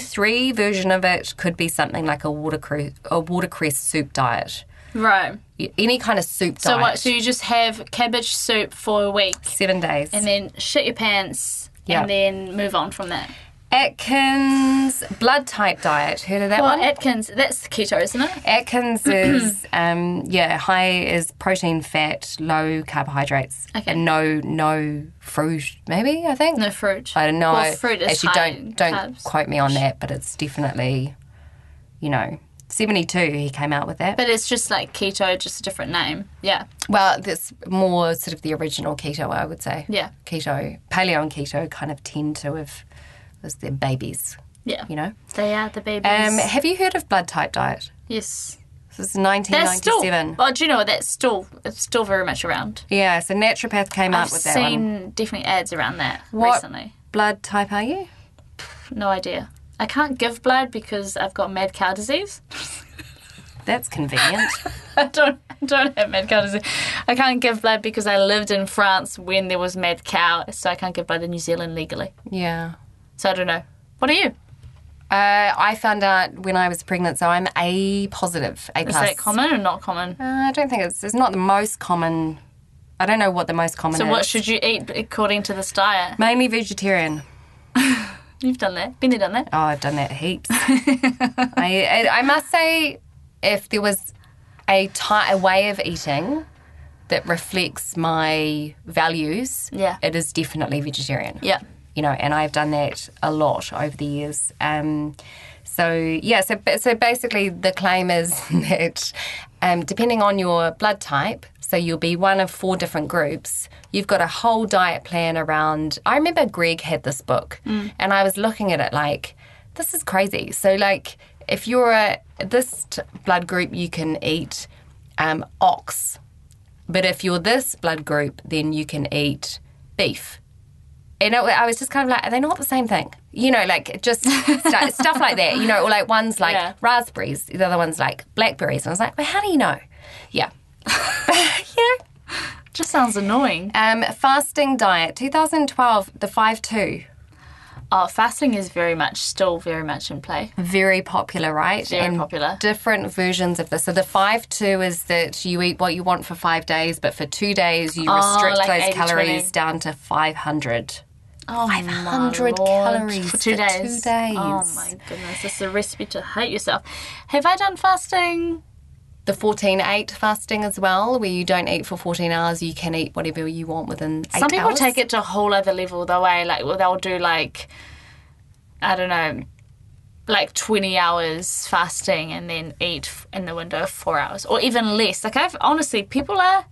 [SPEAKER 3] 3 version of it could be something like a watercress, a watercress soup diet.
[SPEAKER 2] Right.
[SPEAKER 3] Y- Any kind of soup
[SPEAKER 2] So
[SPEAKER 3] diet.
[SPEAKER 2] what? So you just have cabbage soup for a week.
[SPEAKER 3] seven days.
[SPEAKER 2] and then shit your pants
[SPEAKER 3] Yeah.
[SPEAKER 2] and then move on from that.
[SPEAKER 3] Atkins blood type diet. Heard of that
[SPEAKER 2] Well,
[SPEAKER 3] one?
[SPEAKER 2] Atkins, that's keto, isn't it?
[SPEAKER 3] Atkins is um, yeah high is protein, fat, low carbohydrates,
[SPEAKER 2] Okay.
[SPEAKER 3] and no no fruit. Maybe I think
[SPEAKER 2] No fruit.
[SPEAKER 3] I don't know.
[SPEAKER 2] Well, fruit is
[SPEAKER 3] Actually,
[SPEAKER 2] high in
[SPEAKER 3] don't don't
[SPEAKER 2] carbs.
[SPEAKER 3] quote me on that, but it's definitely you know. 72 he came out with that
[SPEAKER 2] But it's just like keto, just a different name. Yeah.
[SPEAKER 3] well that's more sort of the original keto i would say
[SPEAKER 2] Yeah.
[SPEAKER 3] keto paleo and keto kind of tend to have was their babies
[SPEAKER 2] Yeah.
[SPEAKER 3] you know
[SPEAKER 2] They are the babies.
[SPEAKER 3] um, have you heard of blood type diet
[SPEAKER 2] yes.
[SPEAKER 3] this is
[SPEAKER 2] That's still.
[SPEAKER 3] 1997
[SPEAKER 2] Well, do you know what? That's still, it's still very much around.
[SPEAKER 3] yeah so naturopath came
[SPEAKER 2] I've
[SPEAKER 3] up with that one
[SPEAKER 2] seen definitely ads around that
[SPEAKER 3] What
[SPEAKER 2] recently.
[SPEAKER 3] blood type are you?
[SPEAKER 2] No idea. I can't give blood because I've got mad cow disease.
[SPEAKER 3] That's convenient.
[SPEAKER 2] I don't I don't have mad cow disease. I can't give blood because I lived in France when there was mad cow, so I can't give blood in New Zealand legally.
[SPEAKER 3] yeah.
[SPEAKER 2] So I don't know. What are you?
[SPEAKER 3] Uh, I found out when I was pregnant, so I'm A positive, A
[SPEAKER 2] Is
[SPEAKER 3] plus.
[SPEAKER 2] that common or not common?
[SPEAKER 3] Uh, I don't think it's. It's not the most common. I don't know what the most common.
[SPEAKER 2] So
[SPEAKER 3] is.
[SPEAKER 2] what should you eat according to this diet?
[SPEAKER 3] Mainly vegetarian.
[SPEAKER 2] You've done that. Been there, done that.
[SPEAKER 3] Oh, I've done that heaps. I, I I must say, if there was a ti a way of eating that reflects my values,
[SPEAKER 2] Yeah.
[SPEAKER 3] it is definitely vegetarian.
[SPEAKER 2] Yeah.
[SPEAKER 3] you know, and I've done that a lot over the years. Um, so yeah, so so basically, the claim is that um, depending on your blood type, so you'll be one of four different groups. You've got a whole diet plan around. I remember Greg had this book, and I was looking at it like, this is crazy. So like, if you're a this t- blood group, you can eat um, ox, but if you're this blood group, then you can eat beef and it, I was just kind of like, are they not the same thing? You know, like just stu- stuff like that. You know, or like one's like
[SPEAKER 2] Yeah.
[SPEAKER 3] raspberries, the other one's like blackberries. And I was like, well, how do you know? Yeah. you know?
[SPEAKER 2] Just sounds annoying.
[SPEAKER 3] Um, fasting diet, 2012, the 5 2.
[SPEAKER 2] Oh, fasting is very much still very much in play.
[SPEAKER 3] very popular, right?
[SPEAKER 2] Very popular.
[SPEAKER 3] Different versions of this. So the five two is that you eat what you want for five days, but for two days you restrict
[SPEAKER 2] Oh, like
[SPEAKER 3] those
[SPEAKER 2] 80,
[SPEAKER 3] calories
[SPEAKER 2] 20.
[SPEAKER 3] down to five hundred.
[SPEAKER 2] Oh, my lord.
[SPEAKER 3] 500 calories
[SPEAKER 2] for two
[SPEAKER 3] for two
[SPEAKER 2] days.
[SPEAKER 3] days.
[SPEAKER 2] Oh my goodness, it's a recipe to hate yourself. Have I done fasting?
[SPEAKER 3] The fourteen eight fasting as well, where you don't eat for fourteen hours, you can eat whatever you want within eight
[SPEAKER 2] Some people
[SPEAKER 3] hours.
[SPEAKER 2] take it to a whole other level though, eh? Like well, they'll do like I don't know, like twenty hours fasting and then eat f- in the window of four hours or even less. Like I've honestly, people are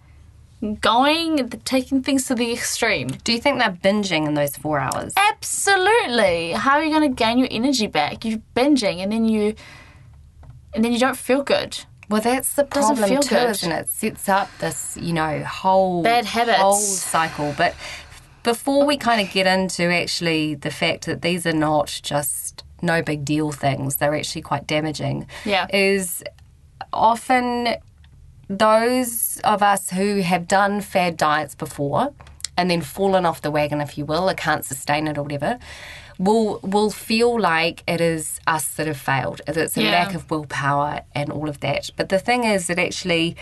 [SPEAKER 2] going taking things to the extreme.
[SPEAKER 3] Do you think they're binging in those four hours?
[SPEAKER 2] Absolutely. How are you going to gain your energy back? You're binging and then you and then you don't feel good.
[SPEAKER 3] Well, that's the
[SPEAKER 2] Doesn't
[SPEAKER 3] problem
[SPEAKER 2] feel
[SPEAKER 3] too,
[SPEAKER 2] good.
[SPEAKER 3] isn't it? It Sets up this, you know, whole
[SPEAKER 2] Bad habits.
[SPEAKER 3] whole cycle. But before we kind of get into actually the fact that these are not just no big deal things, they're actually quite damaging.
[SPEAKER 2] Yeah.
[SPEAKER 3] is often those of us who have done fad diets before and then fallen off the wagon, if you will, or can't sustain it or whatever, will will feel like it is us that have failed. that It's a
[SPEAKER 2] Yeah.
[SPEAKER 3] lack of willpower and all of that. But the thing is that actually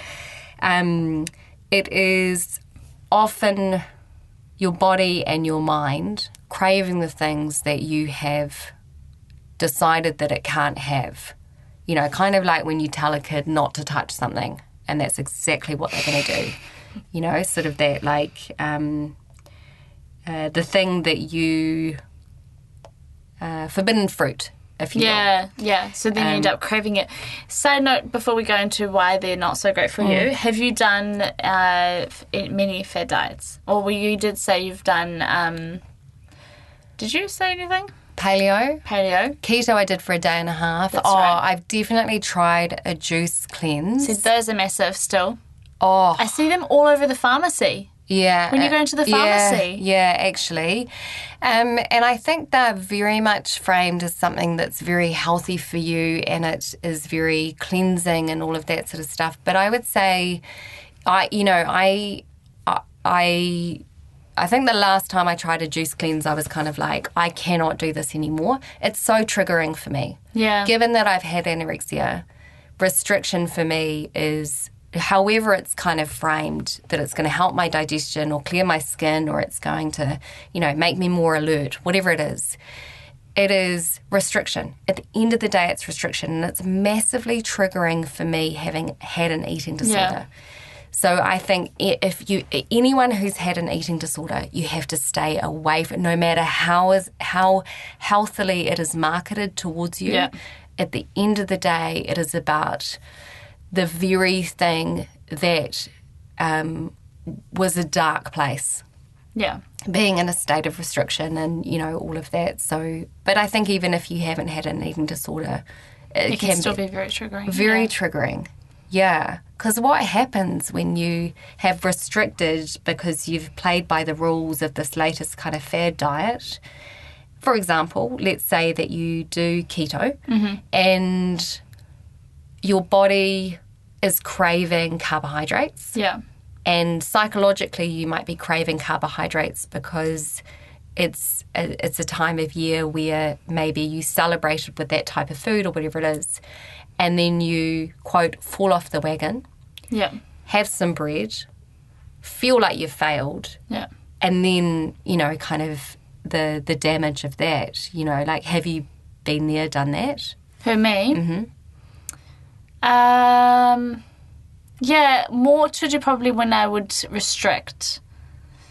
[SPEAKER 3] um, it is often your body and your mind craving the things that you have decided that it can't have. You know, kind of like when you tell a kid not to touch something, and that's exactly what they're going to do. You know, sort of that like um, uh, the thing that you uh, forbidden fruit, if you will.
[SPEAKER 2] Yeah, yeah. So then you end up craving it. Side note before we go into why they're not so great for you, have you done uh, f- many fad diets? Or were you did say you've done, um, did you say anything?
[SPEAKER 3] paleo.
[SPEAKER 2] Paleo?
[SPEAKER 3] Keto, I did for a day and a half. oh,
[SPEAKER 2] right.
[SPEAKER 3] I've definitely tried a juice cleanse.
[SPEAKER 2] See, those are massive still.
[SPEAKER 3] oh,
[SPEAKER 2] I see them all over the pharmacy.
[SPEAKER 3] Yeah.
[SPEAKER 2] When you
[SPEAKER 3] uh,
[SPEAKER 2] go into the
[SPEAKER 3] yeah,
[SPEAKER 2] pharmacy.
[SPEAKER 3] Yeah, actually. Um, and I think they're very much framed as something that's very healthy for you and it is very cleansing and all of that sort of stuff. But I would say, I you know, I, I, I I think the last time I tried a juice cleanse, I was kind of like, I cannot do this anymore. It's so triggering for me.
[SPEAKER 2] Yeah.
[SPEAKER 3] Given that I've had anorexia, restriction for me is however it's kind of framed that it's going to help my digestion or clear my skin or it's going to, you know, make me more alert, whatever it is. It is restriction. At the end of the day, it's restriction. And it's massively triggering for me having had an eating disorder. So I think i- if you anyone who's had an eating disorder, you have to stay away from no matter how is how healthily it is marketed towards you.
[SPEAKER 2] Yeah.
[SPEAKER 3] At the end of the day, it is about the very thing that um, was a dark place
[SPEAKER 2] Yeah.
[SPEAKER 3] being in a state of restriction and you know all of that so but i think even if you haven't had an eating disorder it,
[SPEAKER 2] It can, still be, very triggering.
[SPEAKER 3] very
[SPEAKER 2] yeah.
[SPEAKER 3] triggering yeah because what happens when you have restricted because you've played by the rules of this latest kind of fad diet for example let's say that you do keto and your body is craving carbohydrates
[SPEAKER 2] Yeah.
[SPEAKER 3] and psychologically you might be craving carbohydrates because it's a, it's a time of year where maybe you celebrated with that type of food or whatever it is and then you quote fall off the wagon
[SPEAKER 2] Yeah.
[SPEAKER 3] have some bread feel like you've failed
[SPEAKER 2] Yeah.
[SPEAKER 3] and then you know kind of the the damage of that you know like have you been there done that
[SPEAKER 2] For me? Mm-hmm. Um, yeah, more to do probably when I would restrict.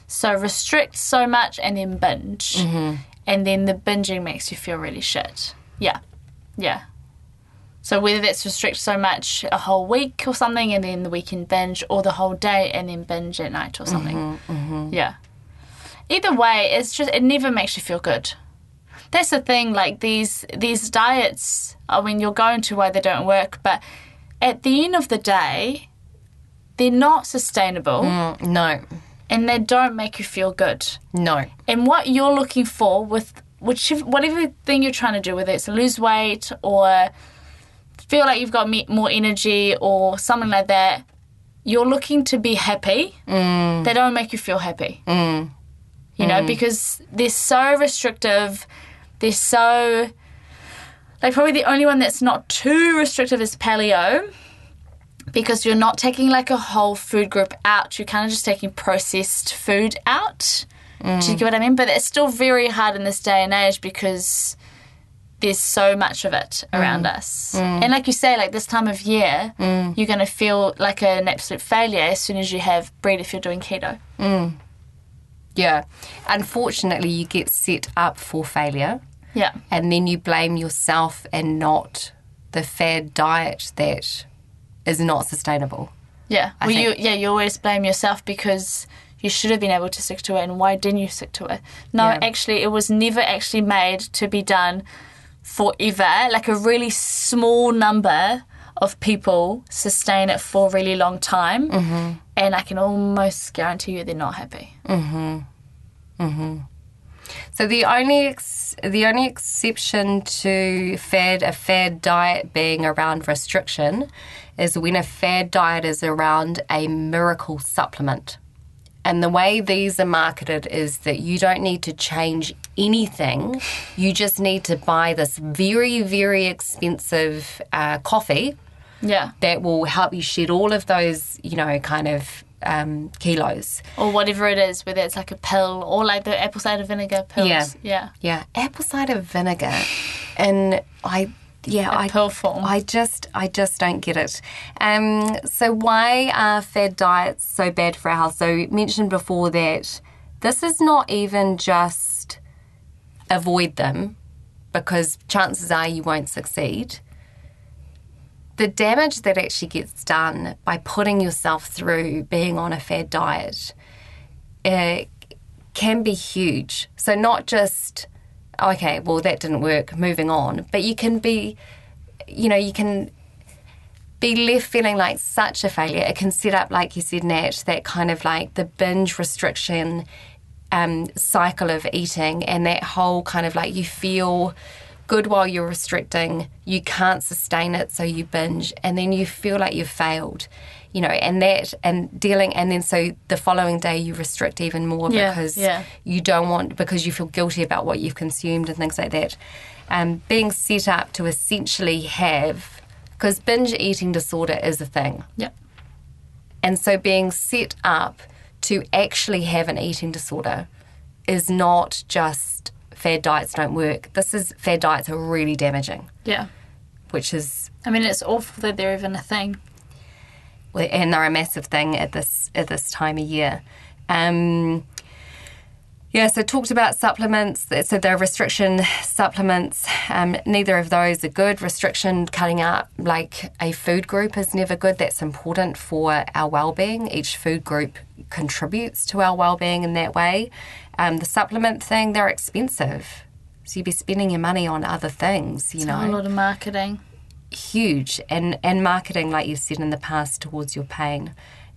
[SPEAKER 2] So restrict so much and then binge. And then the binging makes you feel really shit. Yeah. Yeah. So whether that's restrict so much a whole week or something and then the weekend binge or the whole day and then binge at night or something. Yeah. Either way, it's just it never makes you feel good that's the thing like these these diets i mean you're going to why they don't work but at the end of the day they're not sustainable
[SPEAKER 3] Mm, no
[SPEAKER 2] and they don't make you feel good
[SPEAKER 3] no
[SPEAKER 2] and what you're looking for with whichever, whatever thing you're trying to do whether it's lose weight or feel like you've got me- more energy or something like that you're looking to be happy they don't make you feel happy you know because they're so restrictive They're so like probably the only one that's not too restrictive is paleo because you're not taking like a whole food group out you're kind of just taking processed food out do you get what i mean but it's still very hard in this day and age because there's so much of it around us and like you say like this time of year you're going to feel like an absolute failure as soon as you have bread if you're doing keto
[SPEAKER 3] Yeah. Unfortunately, you get set up for failure
[SPEAKER 2] yeah
[SPEAKER 3] and then you blame yourself and not the fad diet that is not sustainable.
[SPEAKER 2] Yeah. well,
[SPEAKER 3] think-
[SPEAKER 2] you yeah you always blame yourself because you should have been able to stick to it, and why didn't you stick to it? No,
[SPEAKER 3] Yeah.
[SPEAKER 2] actually, it was never actually made to be done forever. Like a really small number of people sustain it for a really long time, mm-hmm. and I can almost guarantee you they're not happy.
[SPEAKER 3] So the only ex- the only exception to fad a fad diet being around restriction is when a fad diet is around a miracle supplement. And the way these are marketed is that you don't need to change anything. You just need to buy this very, very expensive uh, coffee
[SPEAKER 2] Yeah,
[SPEAKER 3] that will help you shed all of those, you know, kind of um, kilos.
[SPEAKER 2] or whatever it is, whether it's like a pill or like the apple cider vinegar pills.
[SPEAKER 3] Yeah.
[SPEAKER 2] yeah,
[SPEAKER 3] Yeah, apple cider vinegar, and I, yeah, I
[SPEAKER 2] pill form.
[SPEAKER 3] I just, I just don't get it. Um, so why are fad diets so bad for our health? So you mentioned before that this is not even just avoid them because chances are you won't succeed. The damage that actually gets done by putting yourself through being on a fad diet uh, can be huge. So not just okay, well that didn't work, moving on, but you can be, you know, you can be left feeling like such a failure. It can set up, like you said, Nat, that kind of like the binge restriction um, cycle of eating and that whole kind of like you feel good while you're restricting, you can't sustain it, so you binge, and then you feel like you've failed, you know, and that and dealing, and then so the following day you restrict even more
[SPEAKER 2] Yeah,
[SPEAKER 3] because
[SPEAKER 2] yeah.
[SPEAKER 3] you don't want because you feel guilty about what you've consumed and things like that. Um, being set up to essentially have because binge eating disorder is a thing,
[SPEAKER 2] yeah,
[SPEAKER 3] and so being set up to actually have an eating disorder is not just fad diets don't work. This is fad diets are really damaging,
[SPEAKER 2] yeah.
[SPEAKER 3] which is
[SPEAKER 2] I mean, it's awful that they're even a thing.
[SPEAKER 3] and they're a massive thing at this at this time of year. Um, Yeah, so talked about supplements. So there are restriction supplements. Um, neither of those are good. Restriction cutting out like a food group is never good. That's important for our well-being. Each food group contributes to our well-being in that way. Um, the supplement thing, they're expensive. So you'd be spending your money on other things, you know
[SPEAKER 2] A lot of marketing.
[SPEAKER 3] huge and and marketing like you've said in the past towards your pain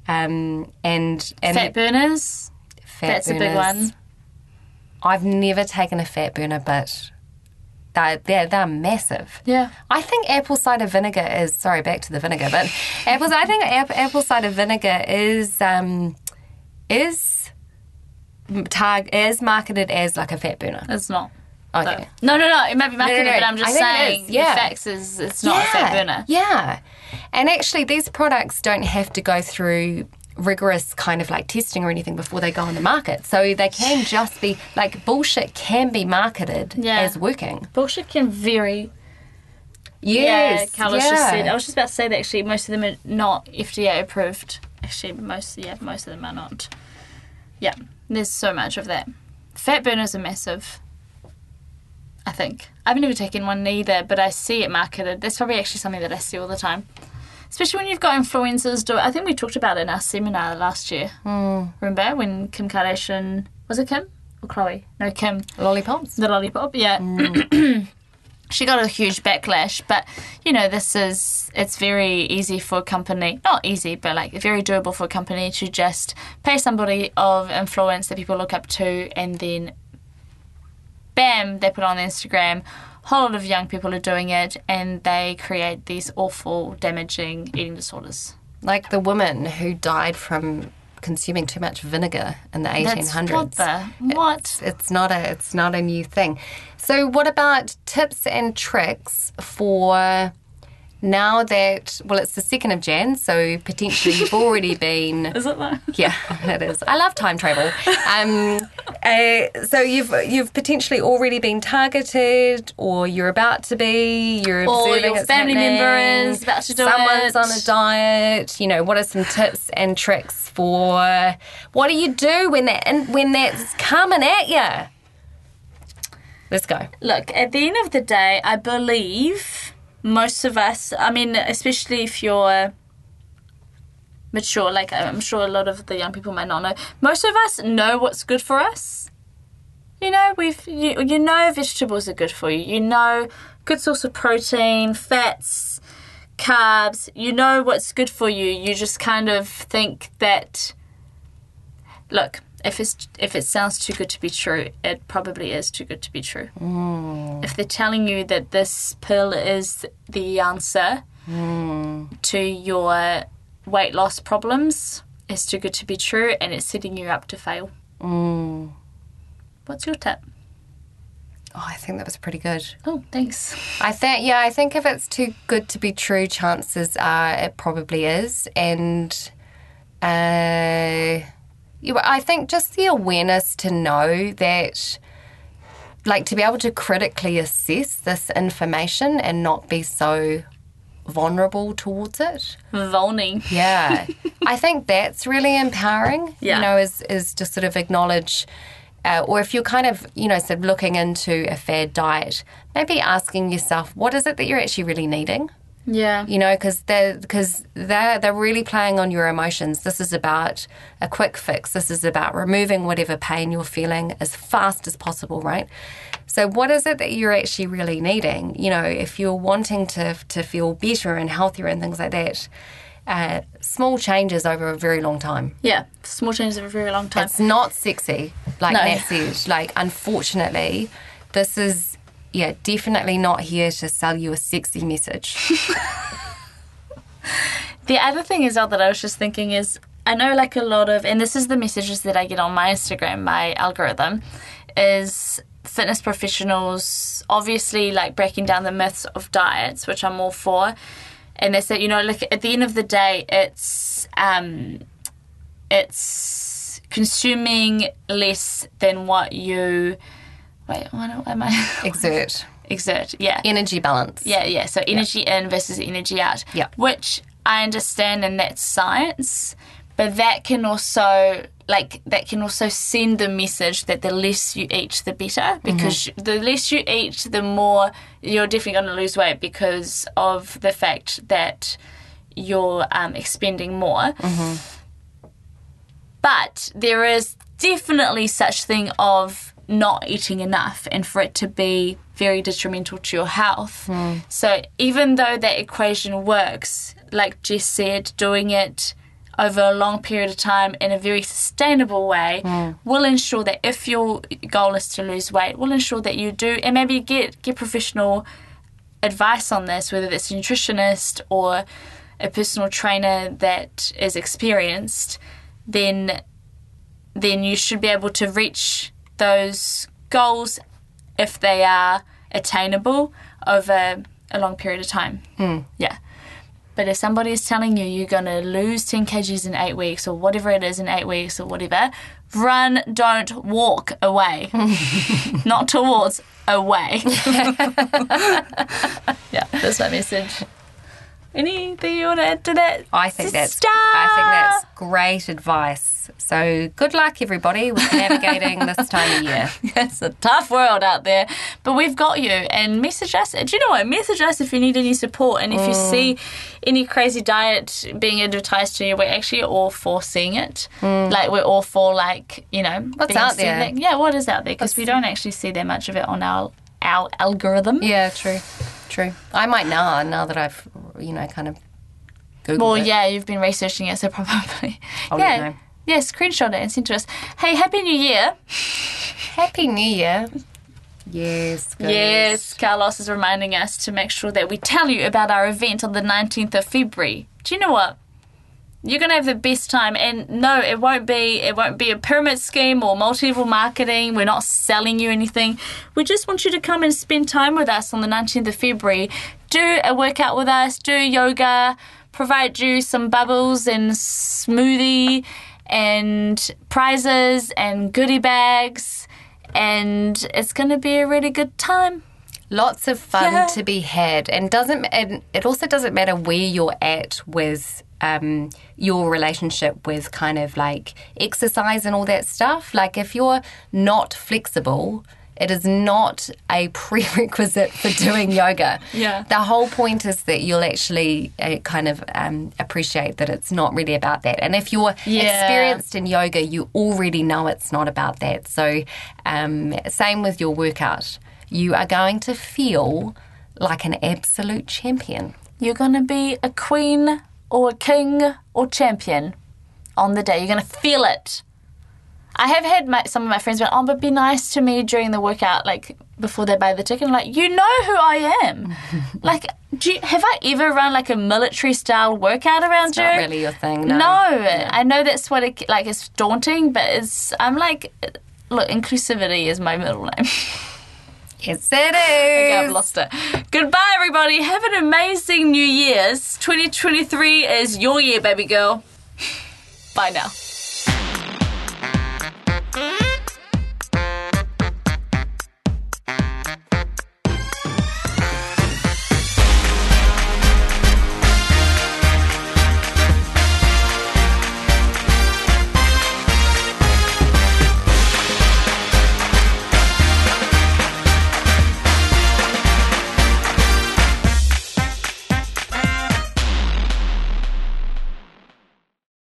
[SPEAKER 3] um and and
[SPEAKER 2] Fat burners.
[SPEAKER 3] fat
[SPEAKER 2] That's a big
[SPEAKER 3] burners.
[SPEAKER 2] one.
[SPEAKER 3] i've never taken a fat burner but they're, they're, they're massive
[SPEAKER 2] Yeah.
[SPEAKER 3] i think apple cider vinegar is sorry back to the vinegar but apples i think ap- apple cider vinegar is um is tag is marketed as like a fat burner
[SPEAKER 2] It's not.
[SPEAKER 3] okay
[SPEAKER 2] No, no, no. It might be marketed,
[SPEAKER 3] No, no, no.
[SPEAKER 2] but I'm just
[SPEAKER 3] I think it
[SPEAKER 2] saying
[SPEAKER 3] is, yeah.
[SPEAKER 2] the facts is it's not a fat Oh, burner.
[SPEAKER 3] Yeah. And actually, these products don't have to go through rigorous kind of like testing or anything before they go on the market. So they can just be like bullshit can be marketed
[SPEAKER 2] Yeah.
[SPEAKER 3] as working.
[SPEAKER 2] Bullshit can vary.
[SPEAKER 3] Yes.
[SPEAKER 2] Yeah, Carlos just
[SPEAKER 3] yeah.
[SPEAKER 2] said. "Oh." I was just about to say that actually most of them are not FDA approved. Actually, most yeah, most of them are not. Yeah, there's so much of that. Fat burners are massive. I think I've never taken one either, but I see it marketed. That's probably actually something that I see all the time, especially when you've got influencers do it. I think we talked about it in our seminar last year.
[SPEAKER 3] Hmm.
[SPEAKER 2] Remember when Kim Kardashian was it Kim or Chloe? No, Kim
[SPEAKER 3] Lollipops.
[SPEAKER 2] the lollipop yeah she got a huge backlash but you know this is it's very easy for a company not easy but like very doable for a company to just pay somebody of influence that people look up to and then bam they put it on instagram whole lot of young people are doing it and they create these awful damaging eating disorders
[SPEAKER 3] Like the woman who died from consuming too much vinegar in the 1800s.
[SPEAKER 2] That's what the what?
[SPEAKER 3] It's not a it's not a new thing. So what about tips and tricks for now that well it's the second of Jan, so potentially you've already been
[SPEAKER 2] Is it that?
[SPEAKER 3] yeah, it is. I love time travel. Um, uh, so you've you've potentially already been targeted, or you're about to be. You're
[SPEAKER 2] Or
[SPEAKER 3] observing
[SPEAKER 2] your
[SPEAKER 3] it's
[SPEAKER 2] family
[SPEAKER 3] happening,
[SPEAKER 2] member is about to do
[SPEAKER 3] Someone's
[SPEAKER 2] it.
[SPEAKER 3] on a diet. You know, what are some tips and tricks for what do you do when that and when that's coming at you? Let's go.
[SPEAKER 2] Look, at the end of the day, I believe most of us, I mean, especially if you're mature, like I'm sure a lot of the young people might not know, most of us know what's good for us. You know, we've you, you know vegetables are good for you. You know good source of protein, fats, carbs. You know what's good for you. You just kind of think that look, if it's if it sounds too good to be true, it probably is too good to be true. If they're telling you that this pill is the answer to your weight loss problems, it's too good to be true, and it's setting you up to fail. What's your tip?
[SPEAKER 3] Oh, I think that was pretty good.
[SPEAKER 2] Oh, thanks.
[SPEAKER 3] I think yeah, I think if it's too good to be true, chances are it probably is, and uh, you, I think just the awareness to know that, like, to be able to critically assess this information and not be so vulnerable towards it.
[SPEAKER 2] Volney.
[SPEAKER 3] Yeah. I think that's really empowering.
[SPEAKER 2] Yeah.
[SPEAKER 3] You know, is is to sort of acknowledge uh, or if you're kind of, you know, sort of looking into a fair diet, maybe asking yourself, what is it that you're actually really needing?
[SPEAKER 2] Yeah.
[SPEAKER 3] You know, because they're, cause they're, they're really playing on your emotions. This is about a quick fix. This is about removing whatever pain you're feeling as fast as possible, right? So, what is it that you're actually really needing? You know, if you're wanting to, to feel better and healthier and things like that, uh, small changes over a very long time.
[SPEAKER 2] Yeah. Small changes over a very long time.
[SPEAKER 3] It's not sexy, like
[SPEAKER 2] No.
[SPEAKER 3] Nat said. Like, unfortunately, this is, yeah, definitely not here to sell you a sexy message.
[SPEAKER 2] The other thing is, though, that I was just thinking is I know like a lot of, and this is the messages that I get on my Instagram, my algorithm, is fitness professionals obviously like breaking down the myths of diets, which I'm all for. And they said, you know, look, at the end of the day, it's um, it's consuming less than what you. Wait, what am I?
[SPEAKER 3] exert
[SPEAKER 2] Exert, yeah.
[SPEAKER 3] energy balance.
[SPEAKER 2] Yeah, yeah. So energy in versus energy out.
[SPEAKER 3] Yeah.
[SPEAKER 2] Which I understand and that's science, but that can also like that can also send the message that the less you eat the better because the less you eat the more you're definitely going to lose weight because of the fact that you're um, expending more but there is definitely such thing of not eating enough and for it to be very detrimental to your health so even though that equation works like jess said doing it over a long period of time in a very sustainable way will ensure that if your goal is to lose weight will ensure that you do and maybe get get professional advice on this, whether it's a nutritionist or a personal trainer that is experienced, then then you should be able to reach those goals if they are attainable over a long period of time.
[SPEAKER 3] Hmm.
[SPEAKER 2] Yeah. But if somebody is telling you you're going to lose 10 kgs in eight weeks or whatever it is in eight weeks or whatever, run, don't walk away. Not towards, away. Yeah, that's my message. Anything you want to add to that?
[SPEAKER 3] I think that's
[SPEAKER 2] sister?
[SPEAKER 3] I think that's great advice. So good luck everybody with navigating this time of year.
[SPEAKER 2] It's a tough world out there, but we've got you. And message us. Do you know what? Message us if you need any support and if you
[SPEAKER 3] Mm.
[SPEAKER 2] see any crazy diet being advertised to you. We're actually all for seeing it. Like we're all for like you know what's
[SPEAKER 3] Mm. out there?
[SPEAKER 2] yeah, what is out there? Because we don't actually see that much of it on our our algorithm.
[SPEAKER 3] Yeah, true. True. I might now now that I've you know kind of googled
[SPEAKER 2] Well,
[SPEAKER 3] it.
[SPEAKER 2] yeah, you've been researching it, so probably.
[SPEAKER 3] I'll let
[SPEAKER 2] yeah.
[SPEAKER 3] you Oh, know.
[SPEAKER 2] Yeah, screenshot it and send to us. Hey, happy new year.
[SPEAKER 3] Happy New Year. Yes. good.
[SPEAKER 2] Yes, Carlos is reminding us to make sure that we tell you about our event on the 19th of February. Do you know what? you're gonna have the best time and no it won't be it won't be a pyramid scheme or multi-level marketing we're not selling you anything we just want you to come and spend time with us on the 19th of february do a workout with us do yoga provide you some bubbles and smoothie and prizes and goodie bags and it's gonna be a really good time
[SPEAKER 3] Lots of fun
[SPEAKER 2] Yeah.
[SPEAKER 3] to be had, and doesn't and it also doesn't matter where you're at with um, your relationship with kind of like exercise and all that stuff. Like if you're not flexible, it is not a prerequisite for doing yoga.
[SPEAKER 2] Yeah.
[SPEAKER 3] The whole point is that you'll actually uh, kind of um, appreciate that it's not really about that. And if you're
[SPEAKER 2] Yeah.
[SPEAKER 3] experienced in yoga, you already know it's not about that. So, um, same with your workout. You are going to feel like an absolute champion.
[SPEAKER 2] You're going to be a queen or a king or champion on the day. You're going to feel it. I have had my, some of my friends went, oh, but be nice to me during the workout, like before they buy the ticket. I'm like, you know who I am. like, do you, have I ever run like a military style workout around you?
[SPEAKER 3] Not really your thing. No.
[SPEAKER 2] No, I know that's what it like. It's daunting, but it's I'm like, look, inclusivity is my middle name.
[SPEAKER 3] Yes, it
[SPEAKER 2] Okay,
[SPEAKER 3] is.
[SPEAKER 2] I've lost it. Goodbye, everybody. Have an amazing New Year's. 2023 is your year, baby girl. Bye now.